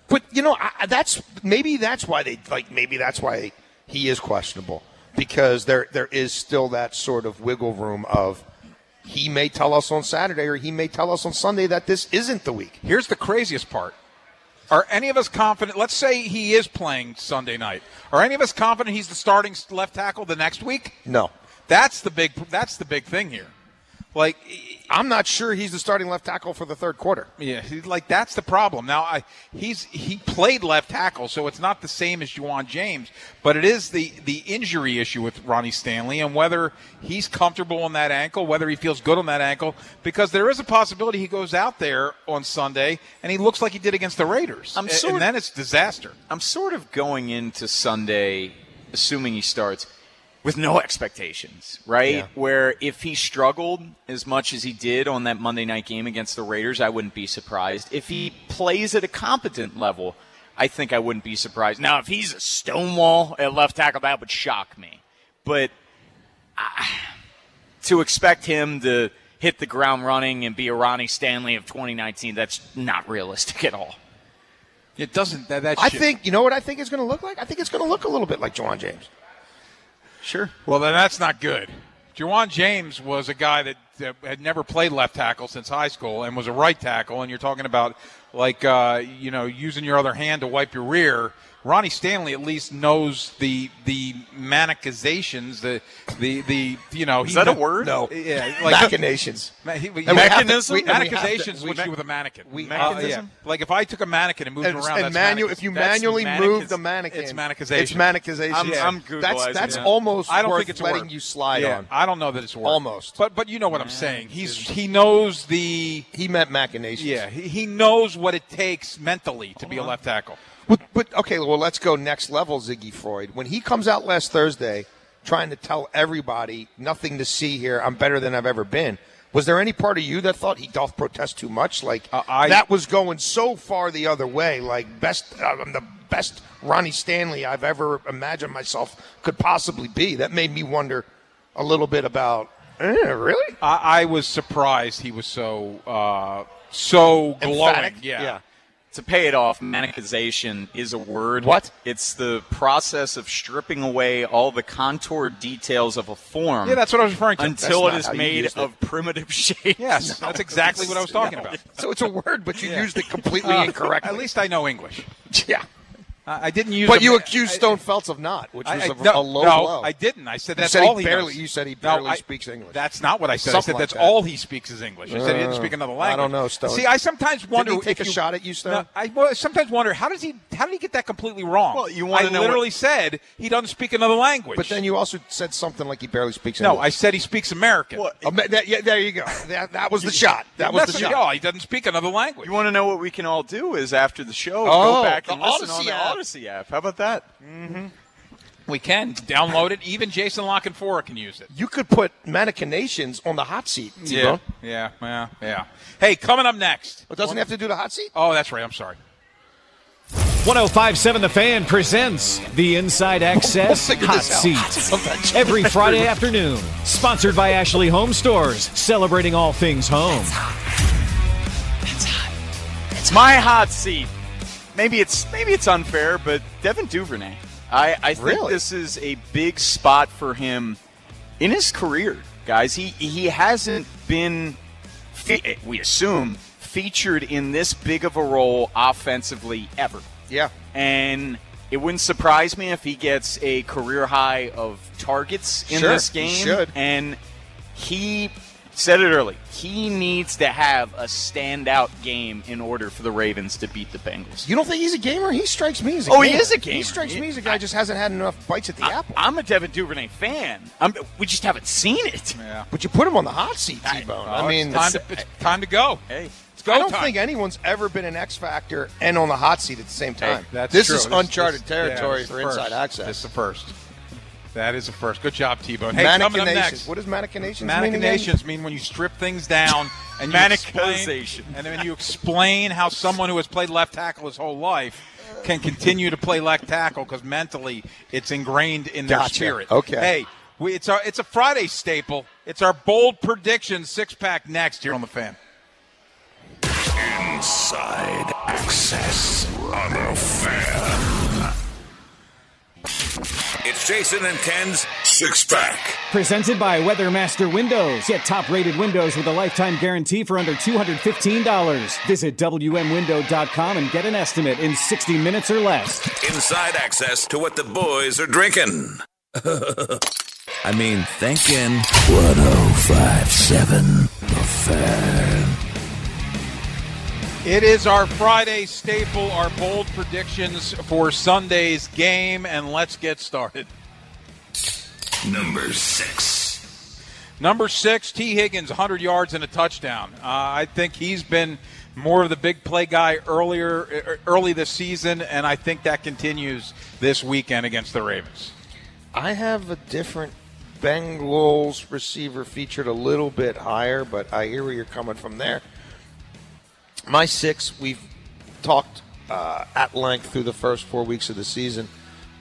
Speaker 5: But you know, I, I- that's maybe that's why they like maybe that's why he is questionable because there there is still that sort of wiggle room of he may tell us on Saturday or he may tell us on Sunday that this isn't the week.
Speaker 3: Here's the craziest part. Are any of us confident? Let's say he is playing Sunday night. Are any of us confident he's the starting s- left tackle the next week?
Speaker 5: No.
Speaker 3: That's the big. That's the big thing here. Like, e-
Speaker 5: I'm not sure he's the starting left tackle for the third quarter.
Speaker 3: yeah, he- like that's the problem. Now, I he's he played left tackle, so it's not the same as Juwan James, but it is the the injury issue with Ronnie Stanley and whether he's comfortable on that ankle, whether he feels good on that ankle, because there is a possibility he goes out there on Sunday and he looks like he did against the Raiders.
Speaker 6: I'm
Speaker 3: A-
Speaker 6: sort-
Speaker 3: and then it's disaster.
Speaker 6: I'm sort of going into Sunday, assuming he starts, with no expectations, right?
Speaker 5: Yeah.
Speaker 6: Where if he struggled as much as he did on that Monday night game against the Raiders, I wouldn't be surprised. If he plays at a competent level, I think I wouldn't be surprised. Now, if he's a stonewall at left tackle, that would shock me. But to expect him to hit the ground running and be a Ronnie Stanley of 2019, that's not realistic at all.
Speaker 3: It doesn't. That, that
Speaker 5: I
Speaker 3: shit-
Speaker 5: think you know what I think it's going to look like. I think it's going to look a little bit like Jawan James.
Speaker 6: Sure.
Speaker 3: Well, then that's not good. Juwan James was a guy that, that had never played left tackle since high school and was a right tackle, and you're talking about like uh, you know using your other hand to wipe your rear. Ronnie Stanley at least knows the the manichizations, the the the you know. Is
Speaker 6: that a word?
Speaker 5: No.
Speaker 3: Yeah.
Speaker 5: Machinations.
Speaker 3: Ma- he- we-
Speaker 5: And we have to- we- and we have to-
Speaker 3: Manichizations
Speaker 5: we
Speaker 3: would
Speaker 5: ma-
Speaker 3: do with a mannequin. Uh,
Speaker 5: we-
Speaker 3: yeah.
Speaker 5: Mechanism?
Speaker 3: Like if I took a mannequin and moved
Speaker 5: And,
Speaker 3: it around, that's
Speaker 5: and manu-
Speaker 3: manichiz-
Speaker 5: if you
Speaker 3: that's
Speaker 5: manually
Speaker 3: manichiz-
Speaker 5: move the mannequin,
Speaker 3: it's mannequization.
Speaker 5: It's mannequization.
Speaker 6: I'm- I'm
Speaker 5: That's
Speaker 6: Googling
Speaker 5: that's
Speaker 6: it.
Speaker 5: almost
Speaker 3: I don't
Speaker 5: worth
Speaker 3: think it's a
Speaker 5: letting
Speaker 3: word.
Speaker 5: you slide
Speaker 3: Yeah,
Speaker 5: on.
Speaker 3: I don't know that it's a word.
Speaker 5: Almost.
Speaker 3: But but you know what I'm saying. He's he knows the
Speaker 5: He meant machinations.
Speaker 3: yeah he, he knows what it takes mentally to
Speaker 6: Uh-huh.
Speaker 3: be a left tackle.
Speaker 5: But, but okay, well, let's go next level, Ziggy Freud. When he comes out last Thursday, trying to tell everybody nothing to see here, I'm better than I've ever been. Was there any part of you that thought he doth protest too much? Like
Speaker 3: Uh, I-
Speaker 5: that was going so far the other way. Like best, I'm the best Ronnie Stanley I've ever imagined myself could possibly be. That made me wonder a little bit about. Eh, really?
Speaker 3: I, I was surprised he was so uh, so glowing.
Speaker 5: Emphatic?
Speaker 3: Yeah.
Speaker 5: Yeah.
Speaker 6: to pay it off, manicization is a word.
Speaker 5: What?
Speaker 6: It's the process of stripping away all the contour details of a form.
Speaker 3: Yeah, that's what I was referring to. That's
Speaker 6: Until
Speaker 3: not
Speaker 6: it is
Speaker 3: how you
Speaker 6: made
Speaker 3: used it.
Speaker 6: of primitive <laughs> shapes.
Speaker 3: Yes,
Speaker 5: <laughs>
Speaker 3: that's exactly what I was talking about.
Speaker 5: So it's a word, but you used it completely
Speaker 3: Uh,
Speaker 5: incorrectly.
Speaker 3: At least I know English.
Speaker 5: <laughs> yeah.
Speaker 3: I I didn't use.
Speaker 5: But
Speaker 3: a-
Speaker 5: you accused Stone Feltz of not, which
Speaker 3: I-
Speaker 5: was
Speaker 3: I-
Speaker 5: a
Speaker 3: no,
Speaker 5: a low
Speaker 3: no,
Speaker 5: blow.
Speaker 3: I didn't. I said
Speaker 5: You
Speaker 3: that's
Speaker 5: said he
Speaker 3: all he
Speaker 5: barely-
Speaker 3: knows.
Speaker 5: you said he
Speaker 3: No,
Speaker 5: barely
Speaker 3: I-
Speaker 5: speaks English.
Speaker 3: That's not what I said. I said
Speaker 5: Something like
Speaker 3: that's
Speaker 5: that.
Speaker 3: all he speaks is English. I said he didn't
Speaker 5: Uh,
Speaker 3: speak another
Speaker 5: I
Speaker 3: language.
Speaker 5: don't know, Stone.
Speaker 3: See, I sometimes
Speaker 5: Didn't
Speaker 3: wonder.
Speaker 5: he take
Speaker 3: if
Speaker 5: a shot at you, Stone?
Speaker 3: No, I, well, I sometimes wonder how does he how did he get that completely wrong?
Speaker 6: Well, you
Speaker 3: I
Speaker 6: wanna know what-
Speaker 3: literally said he doesn't speak another language.
Speaker 5: but then you also said something like he barely speaks
Speaker 3: no, I
Speaker 5: English.
Speaker 3: said he speaks American.
Speaker 5: that, yeah, there you
Speaker 3: <laughs>
Speaker 5: go. That, that was the shot. That was the
Speaker 3: That's-
Speaker 5: shot.
Speaker 3: no, he doesn't speak another language.
Speaker 6: You want to know what we can all do is after the show,
Speaker 5: Oh,
Speaker 6: go back and
Speaker 5: the
Speaker 6: listen on
Speaker 5: Odyssey
Speaker 6: the
Speaker 5: app.
Speaker 6: Odyssey app. How about that?
Speaker 3: We can download it. Even Jason Lock and Fora can use it.
Speaker 5: You could put mannequinations on the hot seat. T-Bone.
Speaker 3: yeah, yeah, yeah. Hey, coming up next.
Speaker 5: It doesn't have to do the hot seat.
Speaker 3: Oh, that's right. I'm sorry.
Speaker 8: 1057 The Fan presents the Inside Access
Speaker 5: We'll figure
Speaker 8: Hot
Speaker 5: this out.
Speaker 8: Seat every Friday afternoon. Sponsored by Ashley Home Stores, celebrating all things home.
Speaker 6: It's my hot seat. Maybe it's maybe it's unfair, but Devin Duvernay. I, I think
Speaker 5: Really?
Speaker 6: this is a big spot for him in his career, guys. He he hasn't been fe- we assume featured in this big of a role offensively ever.
Speaker 5: Yeah.
Speaker 6: And it wouldn't surprise me if he gets a career high of targets in
Speaker 5: Sure,
Speaker 6: this
Speaker 5: he
Speaker 6: game.
Speaker 5: should.
Speaker 6: And he said it early. He needs to have a standout game in order for the Ravens to beat the Bengals.
Speaker 5: You don't think he's a gamer? He strikes me as a
Speaker 6: Oh,
Speaker 5: gamer.
Speaker 6: he is a
Speaker 5: He
Speaker 6: gamer.
Speaker 5: strikes
Speaker 6: He-
Speaker 5: me as a guy who just hasn't had enough bites at the
Speaker 6: I,
Speaker 5: apple.
Speaker 6: I'm a Devin Duvernay fan. I'm, we just haven't seen it.
Speaker 5: but you put him on the hot seat, T-Bone. I,
Speaker 3: Oh,
Speaker 5: mean,
Speaker 3: it's time, to, it's time to go.
Speaker 6: Hey,
Speaker 3: It's go
Speaker 5: I don't
Speaker 3: time.
Speaker 5: think anyone's ever been an X Factor and on the hot seat at the same time.
Speaker 3: That's
Speaker 5: this
Speaker 3: true.
Speaker 5: is uncharted
Speaker 3: this-
Speaker 5: territory
Speaker 3: yeah, this
Speaker 5: for
Speaker 3: is the
Speaker 5: inside
Speaker 3: first.
Speaker 5: access.
Speaker 3: This is the first. That is the first. Good job, T-Bone. Hey, coming up
Speaker 5: mannequinations.
Speaker 3: next.
Speaker 5: What does mannequinations, mean? again?
Speaker 3: Mannequinations mean when you strip things
Speaker 5: <laughs>
Speaker 3: down and you
Speaker 6: Mannequization.
Speaker 3: explain- and then you explain how someone who has played left tackle his whole life can continue to play left tackle because mentally it's ingrained in their
Speaker 5: Gotcha.
Speaker 3: spirit.
Speaker 5: Okay.
Speaker 3: Hey, we, it's our it's a Friday staple. It's our bold prediction six pack next here on the fan.
Speaker 2: Inside access on the fan. It's Jason and Ken's six pack.
Speaker 8: Presented by Weathermaster Windows. Get top rated windows with a lifetime guarantee for under $215. Visit WMWindow.com and get an estimate in 60 minutes or less.
Speaker 2: Inside access to what the boys are drinking. <laughs> I mean, thinking.
Speaker 9: 1057 The Fan.
Speaker 3: It is our Friday staple, our bold predictions for Sunday's game, and let's get started.
Speaker 2: Number six.
Speaker 3: Number six, T. Higgins, 100 yards and a touchdown. Uh, I think he's been more of the big play guy earlier, er, early this season, and I think that continues this weekend against the Ravens.
Speaker 5: I have a different Bengals receiver featured a little bit higher, but I hear where you're coming from there. My six, we've talked uh, at length through the first four weeks of the season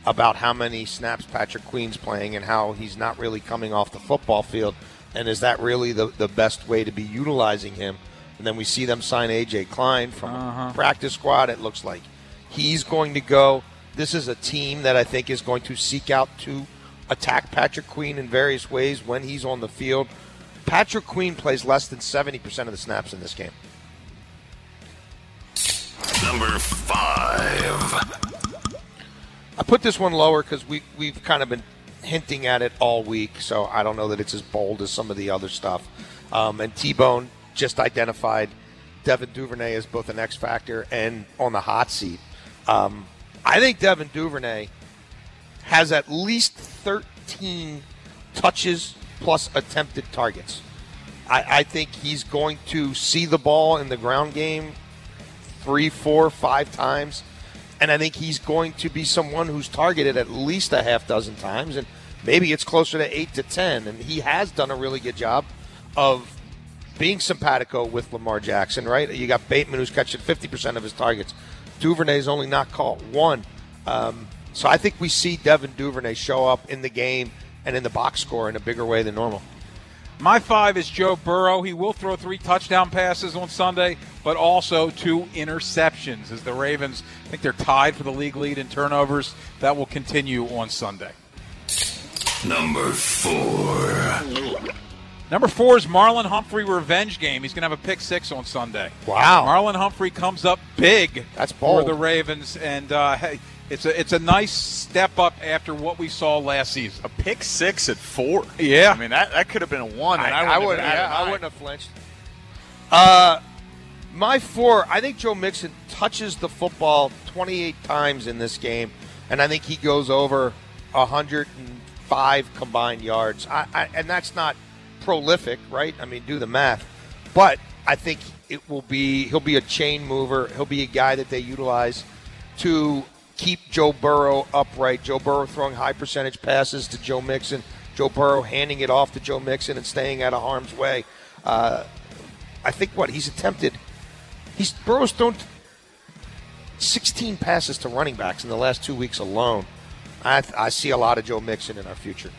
Speaker 5: about how many snaps Patrick Queen's playing and how he's not really coming off the football field. And is that really the, the best way to be utilizing him? And then we see them sign A.J. Klein from practice squad. It looks like he's going to go. This is a team that I think is going to seek out to attack Patrick Queen in various ways when he's on the field. Patrick Queen plays less than 70% of the snaps in this game.
Speaker 2: Number five.
Speaker 5: I put this one lower because we we've kind of been hinting at it all week, so I don't know that it's as bold as some of the other stuff. Um, and T Bone just identified Devin Duvernay as both an X factor and on the hot seat. Um, I think Devin Duvernay has at least 13 touches plus attempted targets. I, I think he's going to see the ball in the ground game three, four, five times. And I think he's going to be someone who's targeted at least a half dozen times. And maybe it's closer to eight to 10. And he has done a really good job of being simpatico with Lamar Jackson, right? You got Bateman who's catching 50% of his targets. Duvernay's only not caught one. Um, so I think we see Devin Duvernay show up in the game and in the box score in a bigger way than normal.
Speaker 3: My five is Joe Burrow. He will throw three touchdown passes on Sunday, but also two interceptions as the Ravens I think they're tied for the league lead in turnovers. That will continue on Sunday.
Speaker 2: Number four.
Speaker 3: Number four is Marlon Humphrey revenge game. He's going to have a pick six on Sunday.
Speaker 5: Wow.
Speaker 3: Marlon Humphrey comes up big
Speaker 5: That's bold.
Speaker 3: for the Ravens, and uh, hey, it's a it's a nice step up after what we saw last season. A
Speaker 6: pick six at four.
Speaker 3: Yeah.
Speaker 6: I mean that, that could have been a one. And I,
Speaker 5: I,
Speaker 6: wouldn't
Speaker 5: would.
Speaker 6: have been out
Speaker 5: Yeah,
Speaker 6: of
Speaker 5: I
Speaker 6: nine.
Speaker 5: wouldn't have flinched. Uh, my four. I think Joe Mixon touches the football 28 times in this game, and I think he goes over 105 combined yards. I, I and that's not prolific, right? I mean, do the math, but I think it will be. He'll be a chain mover. He'll be a guy that they utilize to keep Joe Burrow upright. Joe Burrow throwing high percentage passes to Joe Mixon. Joe Burrow handing it off to Joe Mixon and staying out of harm's way. Uh, I think what he's attempted, he's Burrow's thrown 16 passes to running backs in the last two weeks alone. I, I see a lot of Joe Mixon in our future.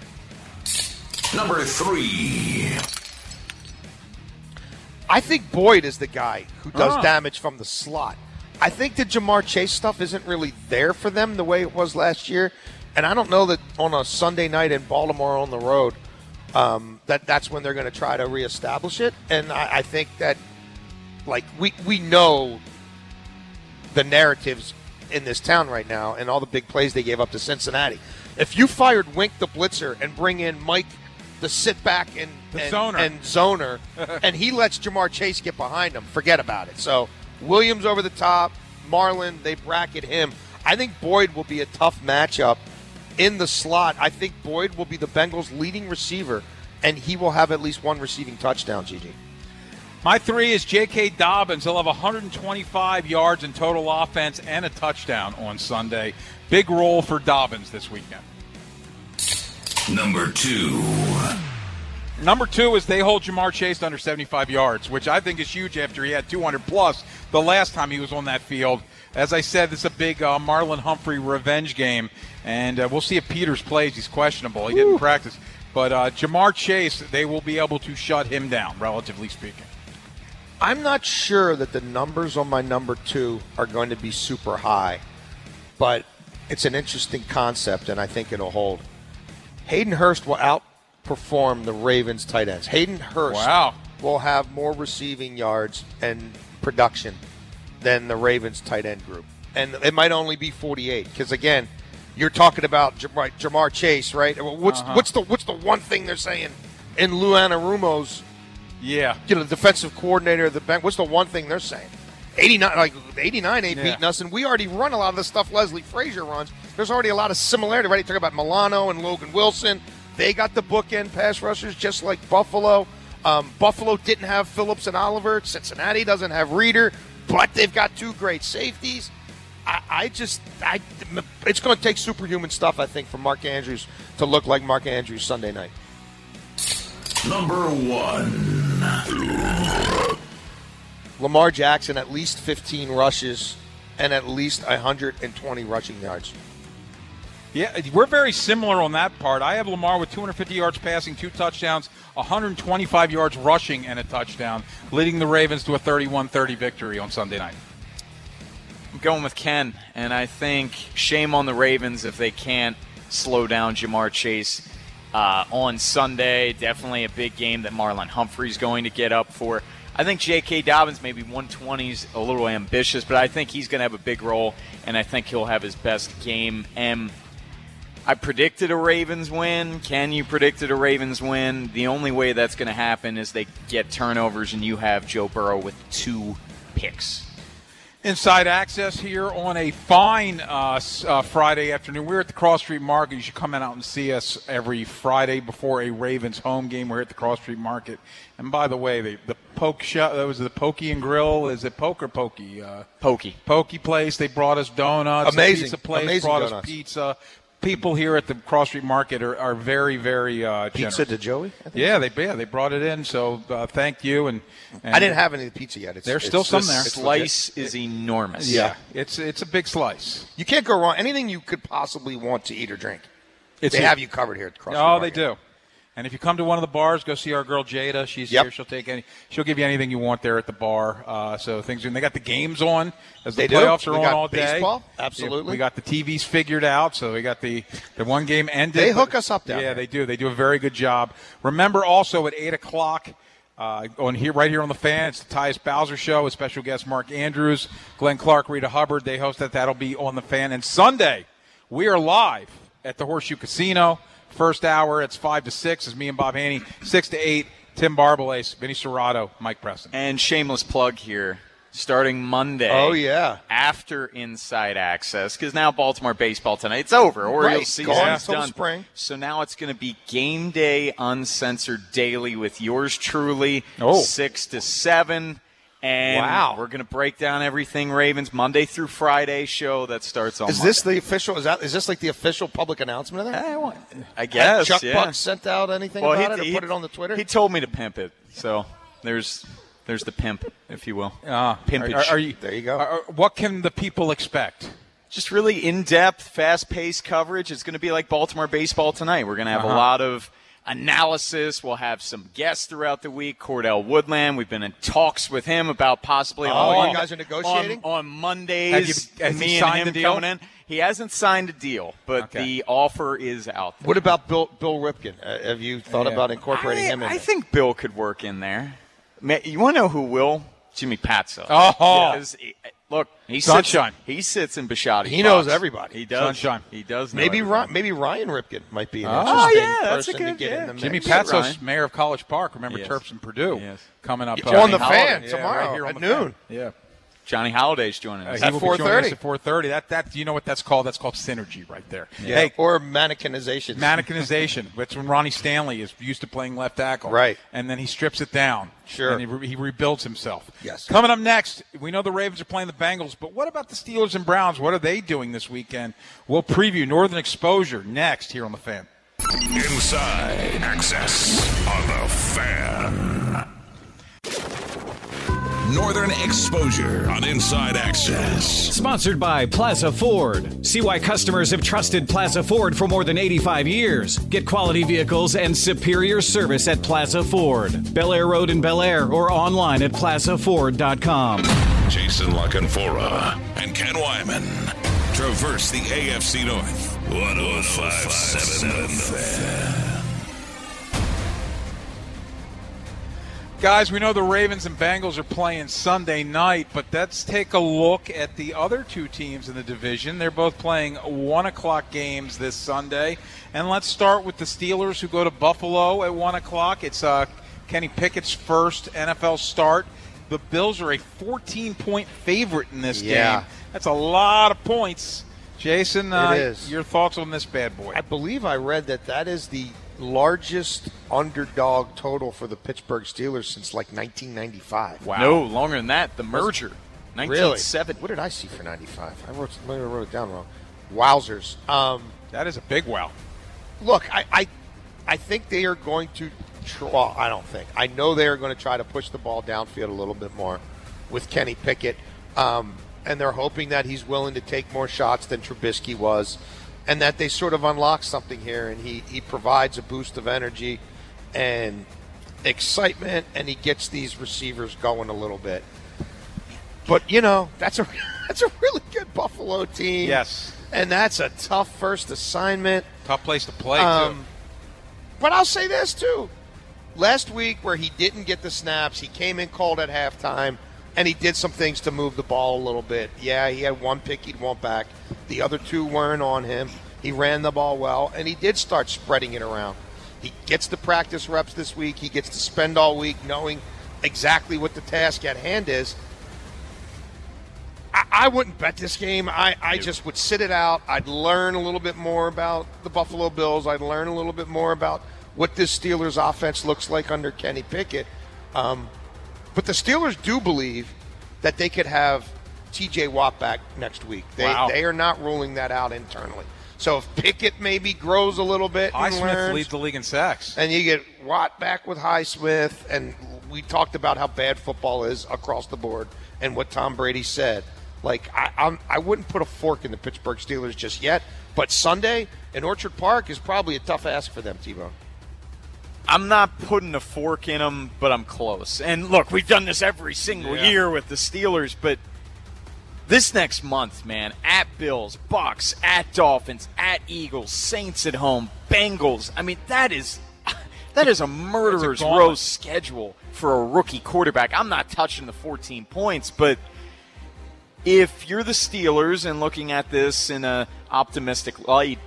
Speaker 2: Number three.
Speaker 5: I think Boyd is the guy who does
Speaker 2: Ah.
Speaker 5: damage from the slot. I think the Jamar Chase stuff isn't really there for them the way it was last year, and I don't know that on a Sunday night in Baltimore on the road, um, that that's when they're going to try to reestablish it. And I, I think that, like we we know the narratives in this town right now and all the big plays they gave up to Cincinnati. If you fired Wink the blitzer and bring in Mike the sit back and
Speaker 3: The
Speaker 5: and,
Speaker 3: zoner.
Speaker 5: and zoner
Speaker 3: <laughs>
Speaker 5: and he lets Jamar Chase get behind him, forget about it. So Williams over the top, Marlin, they bracket him. I think Boyd will be a tough matchup in the slot. I think Boyd will be the Bengals' leading receiver, and he will have at least one receiving touchdown, GG.
Speaker 3: My three is J.K. Dobbins. He'll have 125 yards in total offense and a touchdown on Sunday. Big role for Dobbins this weekend.
Speaker 2: Number two.
Speaker 3: Number two is they hold Jamar Chase to under 75 yards, which I think is huge after he had 200 plus the last time he was on that field. As I said, this is a big uh, Marlon Humphrey revenge game, and uh, we'll see if Peters plays. He's questionable. He didn't practice. But uh, Jamar Chase, they will be able to shut him down, relatively speaking.
Speaker 5: I'm not sure that the numbers on my number two are going to be super high, but it's an interesting concept, and I think it'll hold. Hayden Hurst will outperform the Ravens tight ends. Hayden Hurst
Speaker 3: Wow.
Speaker 5: will have more receiving yards and production than the Ravens tight end group. And it might only be 48 because again, you're talking about Jamar, Jamar Chase, right? What's
Speaker 3: Uh-huh.
Speaker 5: what's the what's the one thing they're saying in Lou Anarumo's
Speaker 3: Yeah.
Speaker 5: you know, the defensive coordinator of the bank. What's the one thing they're saying? 89, like 89 ain't
Speaker 3: Yeah.
Speaker 5: beating us, and we already run a lot of the stuff Leslie Frazier runs. There's already a lot of similarity, right? You talk about Milano and Logan Wilson. They got the bookend pass rushers just like Buffalo. Um, Buffalo didn't have Phillips and Oliver. Cincinnati doesn't have Reader, but they've got two great safeties. I, I just, I, it's going to take superhuman stuff, I think, for Mark Andrews to look like Mark Andrews Sunday night.
Speaker 2: Number one.
Speaker 5: Lamar Jackson at least 15 rushes and at least 120 rushing yards.
Speaker 3: Yeah, we're very similar on that part. I have Lamar with 250 yards passing, two touchdowns, 125 yards rushing, and a touchdown, leading the Ravens to a 31 30 victory on Sunday night.
Speaker 6: I'm going with Ken, and I think shame on the Ravens if they can't slow down Jamar Chase uh, on Sunday. Definitely a big game that Marlon Humphrey's going to get up for. I think J.K. Dobbins maybe 120s a little ambitious, but I think he's going to have a big role, and I think he'll have his best game. And I predicted a Ravens win. Can you predicted a Ravens win? The only way that's going to happen is they get turnovers, and you have Joe Burrow with two picks.
Speaker 3: Inside access here on a fine uh, s- uh, Friday afternoon. We're at the Cross Street Market. You should come out and see us every Friday before a Ravens home game. We're at the Cross Street Market. And by the way, the, the poke shop, that was the Pokey and Grill. Is it Poke or Pokey? Uh,
Speaker 6: Pokey.
Speaker 3: Pokey place. They brought us donuts. The
Speaker 5: Amazing.
Speaker 3: Pizza place
Speaker 5: Amazing
Speaker 3: brought us
Speaker 5: donuts.
Speaker 3: pizza. People here at the Cross Street Market are, are very, very uh, generous.
Speaker 5: Pizza to Joey? I think
Speaker 3: Yeah, they yeah, they brought it in. So uh, thank you. And, and
Speaker 5: I didn't have any of the pizza yet. It's,
Speaker 3: There's
Speaker 5: it's-
Speaker 3: still some
Speaker 5: it's-
Speaker 3: there.
Speaker 5: it's
Speaker 6: Slice
Speaker 5: legit.
Speaker 6: is enormous.
Speaker 3: Yeah, it's it's a big slice.
Speaker 5: You can't go wrong. Anything you could possibly want to eat or drink,
Speaker 3: It's
Speaker 5: they
Speaker 3: here.
Speaker 5: have you covered here at the Cross.
Speaker 3: oh, they do. And if you come to one of the bars, go see our girl Jada. She's
Speaker 5: Yep.
Speaker 3: here. She'll take any. She'll give you anything you want there at the bar. Uh, so things. And they got the games on as the
Speaker 5: They do.
Speaker 3: playoffs are
Speaker 5: We
Speaker 3: on
Speaker 5: got
Speaker 3: all day.
Speaker 5: baseball.
Speaker 3: Yeah,
Speaker 5: Absolutely.
Speaker 3: We got the TVs figured out. So we got the the one game ended.
Speaker 5: They
Speaker 3: but-
Speaker 5: hook us up down
Speaker 3: Yeah,
Speaker 5: there.
Speaker 3: they do. They do a very good job. Remember also at eight o'clock. Uh, on here, right here on the fan, it's the Tyus Bowser show with special guest Mark Andrews, Glenn Clark, Rita Hubbard. They host that. That'll be on the fan. And Sunday, we are live at the Horseshoe Casino. First hour, it's five to six. Is me and Bob Haney. Six to eight, Tim Barbalace, Vinny Serrato, Mike Preston.
Speaker 6: And shameless plug here. Starting Monday.
Speaker 3: Oh,
Speaker 5: yeah.
Speaker 6: After Inside Access, because now Baltimore baseball tonight. It's over. Orioles
Speaker 5: Right,
Speaker 6: season
Speaker 5: gone
Speaker 6: is
Speaker 5: till
Speaker 6: done.
Speaker 5: spring.
Speaker 6: So now it's going to be game day uncensored daily with yours truly.
Speaker 3: Oh.
Speaker 6: Six to seven. And
Speaker 5: Wow.
Speaker 6: we're going to break down everything Ravens Monday through Friday show that starts on
Speaker 5: Is this the official? Is that? Is this like the official public announcement of that?
Speaker 6: Monday. Eh, I guess.
Speaker 5: Chuck
Speaker 6: yeah.
Speaker 5: Buck sent out anything
Speaker 6: Well,
Speaker 5: about it
Speaker 6: he-
Speaker 5: or
Speaker 6: he-
Speaker 5: put it on the Twitter?
Speaker 6: He told me to pimp it. So there's there's the pimp, if you will.
Speaker 3: Ah,
Speaker 6: Pimpage.
Speaker 3: Are, are you, there you go. Uh, what can the people expect?
Speaker 6: Just really in depth, fast paced coverage. It's going to be like Baltimore baseball tonight. We're going to have
Speaker 3: Uh-huh.
Speaker 6: a lot of analysis. We'll have some guests throughout the week. Cordell Woodland, we've been in talks with him about possibly.
Speaker 5: Oh,
Speaker 6: on-
Speaker 5: you guys are negotiating?
Speaker 6: On, on Mondays,
Speaker 5: Have you- has he
Speaker 6: me
Speaker 5: signed
Speaker 6: and him
Speaker 5: the deal?
Speaker 6: coming in. He hasn't signed a deal, but the offer is out there.
Speaker 5: What about Bill Bill Ripken? Uh, have you thought
Speaker 6: Yeah.
Speaker 5: about incorporating
Speaker 6: I,
Speaker 5: him? in
Speaker 6: I
Speaker 5: it?
Speaker 6: think Bill could work in there. Ma- You want to know who will? Jimmy Patzo.
Speaker 3: Oh.
Speaker 6: Because he- look, he
Speaker 5: Sunshine.
Speaker 6: Sits, he sits in Bishotti.
Speaker 5: He knows everybody.
Speaker 6: He does.
Speaker 5: Sunshine.
Speaker 6: He does. Know
Speaker 5: maybe
Speaker 6: everybody.
Speaker 5: Ryan, maybe Ryan Ripken might be an
Speaker 6: Oh,
Speaker 5: interesting
Speaker 6: yeah, that's a
Speaker 5: person
Speaker 6: good-
Speaker 5: to get
Speaker 6: yeah.
Speaker 5: in the mix.
Speaker 3: Jimmy
Speaker 6: Shit,
Speaker 3: Patsos,
Speaker 6: Ryan.
Speaker 3: mayor of College Park. Remember
Speaker 6: Yes.
Speaker 3: Terps and Purdue coming up
Speaker 6: Yeah, Johnny
Speaker 3: on the
Speaker 6: Holiday.
Speaker 3: fan
Speaker 5: tomorrow
Speaker 3: at
Speaker 5: noon.
Speaker 3: Yeah.
Speaker 6: Johnny Holiday's joining
Speaker 3: Uh,
Speaker 6: us.
Speaker 3: he will be joining us At four thirty. That that you know what that's called? That's called synergy right there.
Speaker 5: Yeah.
Speaker 3: Hey,
Speaker 5: or mannequinization.
Speaker 3: mannequinization. <laughs> That's when Ronnie Stanley is used to playing left tackle.
Speaker 5: Right.
Speaker 3: And then he strips it down.
Speaker 5: Sure.
Speaker 3: And he, re- he rebuilds himself.
Speaker 5: Yes.
Speaker 3: Coming up next, we know the Ravens are playing the Bengals, but what about the Steelers and Browns? What are they doing this weekend? We'll preview Northern Exposure next here on the Fan.
Speaker 2: Inside access on the fan. Northern exposure on Inside Access.
Speaker 8: Sponsored by Plaza Ford. See why customers have trusted Plaza Ford for more than 85 years. Get quality vehicles and superior service at Plaza Ford. Bel Air Road in Bel Air or online at plazaford.com.
Speaker 2: Jason Lockenfora and Ken Wyman traverse the AFC North. 1057 The Fan.
Speaker 3: Guys, we know the Ravens and Bengals are playing Sunday night, but let's take a look at the other two teams in the division. They're both playing one o'clock games this Sunday, and let's start with the Steelers, who go to Buffalo at one o'clock. It's uh, Kenny Pickett's first NFL start. The Bills are a 14-point favorite in this
Speaker 5: Yeah.
Speaker 3: game. That's a lot of points. Jason, uh,
Speaker 5: It is.
Speaker 3: your thoughts on this bad boy?
Speaker 5: I believe I read that that is the largest underdog total for the Pittsburgh Steelers since like 1995.
Speaker 6: No, longer than that. The merger.
Speaker 5: Really?
Speaker 6: 1970.
Speaker 5: What did I see for 95? I wrote, maybe I wrote it down wrong. Wowzers. Um,
Speaker 3: that is a big wow.
Speaker 5: Look, I, I, I think they are going to. Tr- well, I don't think. I know they are going to try to push the ball downfield a little bit more with Kenny Pickett, um, and they're hoping that he's willing to take more shots than Trubisky was, and that they sort of unlock something here, and he he provides a boost of energy and excitement, and he gets these receivers going a little bit. But you know, that's a <laughs> that's a really good Buffalo team.
Speaker 3: Yes.
Speaker 5: and that's a tough first assignment.
Speaker 3: Tough place to play, too.
Speaker 5: Um, But I'll say this too: last week, where he didn't get the snaps, he came in cold at halftime, and he did some things to move the ball a little bit. Yeah, he had one pick, he'd want back. The other two weren't on him. He ran the ball well, and he did start spreading it around. He gets the practice reps this week. He gets to spend all week knowing exactly what the task at hand is. I, I wouldn't bet this game. I, I just would sit it out. I'd learn a little bit more about the Buffalo Bills. I'd learn a little bit more about what this Steelers offense looks like under Kenny Pickett. Um, but the Steelers do believe that they could have TJ Watt back next week. They,
Speaker 3: Wow.
Speaker 5: they are not ruling that out internally. So if Pickett maybe grows a little bit, and
Speaker 3: Highsmith
Speaker 5: learns,
Speaker 3: leads the league in sacks.
Speaker 5: and you get Watt back with Highsmith, and we talked about how bad football is across the board, and what Tom Brady said. Like I, I'm, I wouldn't put a fork in the Pittsburgh Steelers just yet, but Sunday in Orchard Park is probably a tough ask for them, T-Bone.
Speaker 6: I'm not putting a fork in them, but I'm close. And look, we've done this every single
Speaker 3: Yeah.
Speaker 6: year with the Steelers, but this next month, man, at Bills, Bucks, at Dolphins, at Eagles, Saints at home, Bengals. I mean, that is <laughs> that is a murderer's
Speaker 3: gauntlet.
Speaker 6: row schedule for a rookie quarterback. I'm not touching the 14 points, but if you're the Steelers and looking at this in a optimistic light,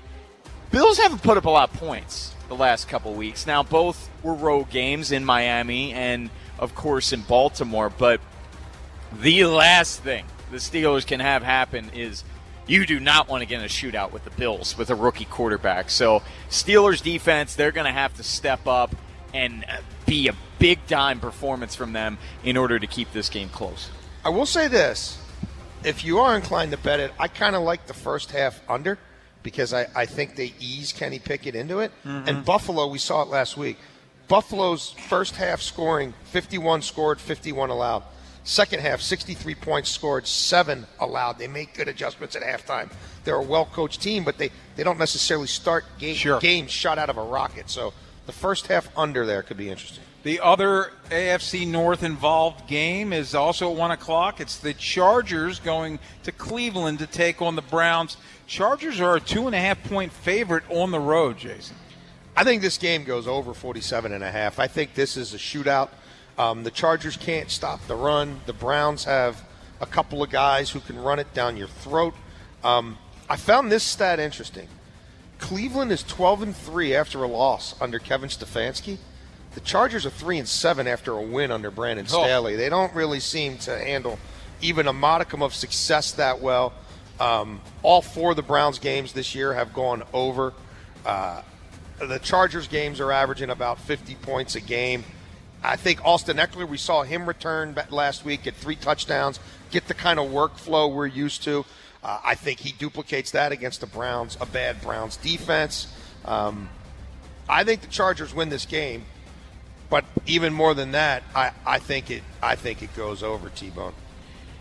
Speaker 6: Bills haven't put up a lot of points the last couple weeks. Now both were road games in Miami and of course in Baltimore, but the last thing the Steelers can have happen is you do not want to get in a shootout with the Bills with a rookie quarterback. So Steelers defense, they're going to have to step up and uh, be a big time performance from them in order to keep this game close.
Speaker 5: I will say this: if you are inclined to bet it, I kind of like the first half under because I, I think they ease Kenny Pickett into it.
Speaker 10: Mhm.
Speaker 5: And Buffalo, we saw it last week. Buffalo's first half scoring 51 scored, 51 allowed. Second half, 63 points scored, seven allowed. They make good adjustments at halftime. They're a well coached team, but they, they don't necessarily start game, games shot out of a rocket. So the first half under there could be interesting.
Speaker 3: The other AFC North involved game is also at 1 o'clock. It's the Chargers going to Cleveland to take on the Browns. Chargers are a two and a half point favorite on the road, Jason.
Speaker 5: I think this game goes over 47 and a half. I think this is a shootout. Um, the Chargers can't stop the run. The Browns have a couple of guys who can run it down your throat. Um, I found this stat interesting. Cleveland is 12 and 3 after a loss under Kevin Stefanski. The Chargers are 3 and 7 after a win under Brandon
Speaker 10: Oh.
Speaker 5: Staley. They don't really seem to handle even a modicum of success that well. Um, all four of the Browns games this year have gone over. Uh, the Chargers games are averaging about 50 points a game. I think Austin Eckler, we saw him return ba- last week, get three touchdowns, get the kind of workflow we're used to. Uh, I think he duplicates that against the Browns, a bad Browns defense. Um, I think the Chargers win this game, but even more than that, I, I think it I think it goes over T Bone.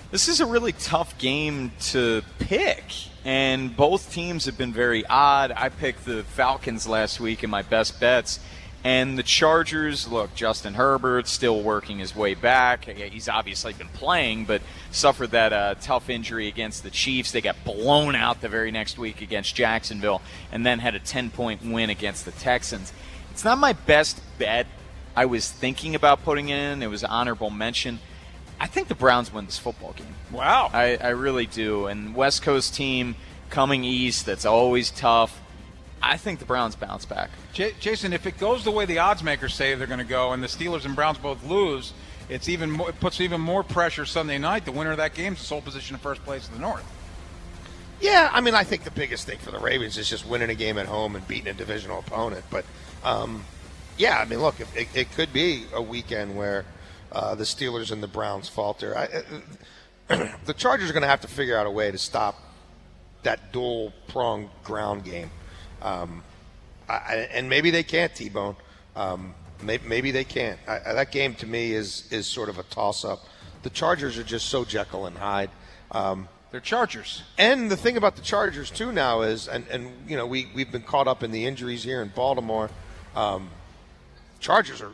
Speaker 6: This is a really tough game to pick, and both teams have been very odd. I picked the Falcons last week in my best bets, and the Chargers. Look, Justin Herbert still working his way back. He's obviously been playing, but suffered that uh, tough injury against the Chiefs. They got blown out the very next week against Jacksonville, and then had a 10 point win against the Texans. It's not my best bet. I was thinking about putting it in, it was honorable mention. I think the Browns win this football game.
Speaker 3: Wow.
Speaker 6: I, I really do. And West Coast team coming east, that's always tough. I think the Browns bounce back.
Speaker 3: J- Jason, if it goes the way the odds makers say they're going to go, and the Steelers and Browns both lose, it's even more, it puts even more pressure Sunday night. The winner of that game is the sole position in first place in the North.
Speaker 5: Yeah, I mean, I think the biggest thing for the Ravens is just winning a game at home and beating a divisional opponent. But um, yeah, I mean, look, it, it, it could be a weekend where uh, the Steelers and the Browns falter. I, uh, <clears throat> the Chargers are going to have to figure out a way to stop that dual pronged ground game. Um, I, I- and maybe they can't, T Bone. Um, may- maybe they can't. I, I, that game to me is is sort of a toss up. The Chargers are just so Jekyll and Hyde. Um,
Speaker 3: They're Chargers.
Speaker 5: And the thing about the Chargers too now is, and, and you know we we've been caught up in the injuries here in Baltimore. Um, Chargers are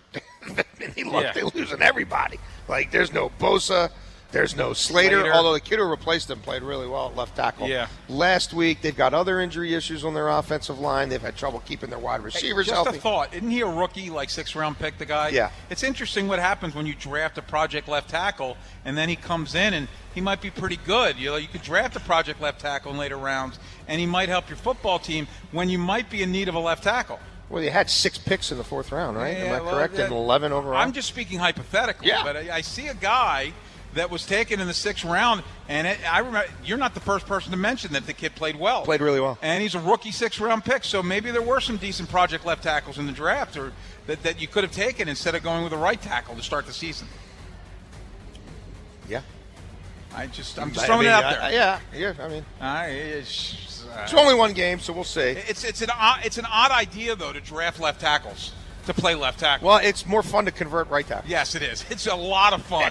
Speaker 5: <laughs> they look,
Speaker 10: Yeah.
Speaker 5: they're losing everybody. Like there's no Bosa, there's no Slater,
Speaker 10: Slater.
Speaker 5: Although the kid who replaced him played really well at left tackle.
Speaker 10: Yeah.
Speaker 5: Last week they've got other injury issues on their offensive line. They've had trouble keeping their wide receivers
Speaker 3: Hey, just
Speaker 5: healthy.
Speaker 3: a thought. Isn't he a rookie, like six round pick? The guy.
Speaker 5: Yeah.
Speaker 3: It's interesting what happens when you draft a project left tackle, and then he comes in and he might be pretty good. You know, you could draft a project left tackle in later rounds, and he might help your football team when you might be in need of a left tackle.
Speaker 5: well, they had six picks in the fourth round, right?
Speaker 3: Yeah,
Speaker 5: Am I
Speaker 3: well,
Speaker 5: correct?
Speaker 3: that-
Speaker 5: and eleven overall.
Speaker 3: I'm just speaking hypothetically,
Speaker 5: Yeah.
Speaker 3: but I, I see a guy that was taken in the sixth round, and it, I remember you're not the first person to mention that the kid played well.
Speaker 5: played really well.
Speaker 3: And he's a rookie six round pick, so maybe there were some decent project left tackles in the draft or that, that you could have taken instead of going with a right tackle to start the season.
Speaker 5: Yeah.
Speaker 3: I just I'm
Speaker 5: I
Speaker 3: just throwing
Speaker 5: mean,
Speaker 3: it out
Speaker 5: I-
Speaker 3: there.
Speaker 5: I- yeah, yeah, I mean.
Speaker 3: I, it's, uh,
Speaker 5: It's only one game, so we'll see.
Speaker 3: It's it's an odd, it's an odd idea though to draft left tackles. to play left tackle.
Speaker 5: Well, it's more fun to convert right tackle.
Speaker 3: Yes, it is. It's a lot of fun.
Speaker 5: I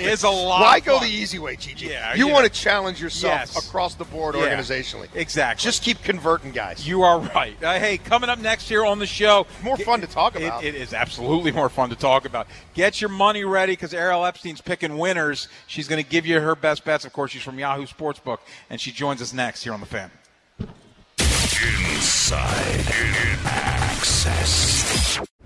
Speaker 3: It is a lot.
Speaker 5: Why
Speaker 3: of
Speaker 5: go
Speaker 3: fun.
Speaker 5: the easy way, Gigi?
Speaker 3: Yeah,
Speaker 5: you
Speaker 3: yeah.
Speaker 5: want to challenge yourself
Speaker 3: Yes.
Speaker 5: across the board
Speaker 3: Yeah.
Speaker 5: organizationally.
Speaker 3: Exactly.
Speaker 5: Just keep converting guys.
Speaker 3: You are right. Uh, hey, coming up next here on the show,
Speaker 5: more fun to talk
Speaker 3: it-
Speaker 5: about.
Speaker 3: it is absolutely more fun to talk about. Get your money ready because Ariel Epstein's picking winners. She's going to give you her best bets. Of course, she's from Yahoo Sportsbook, and she joins us next here on the Fan.
Speaker 2: Inside Access.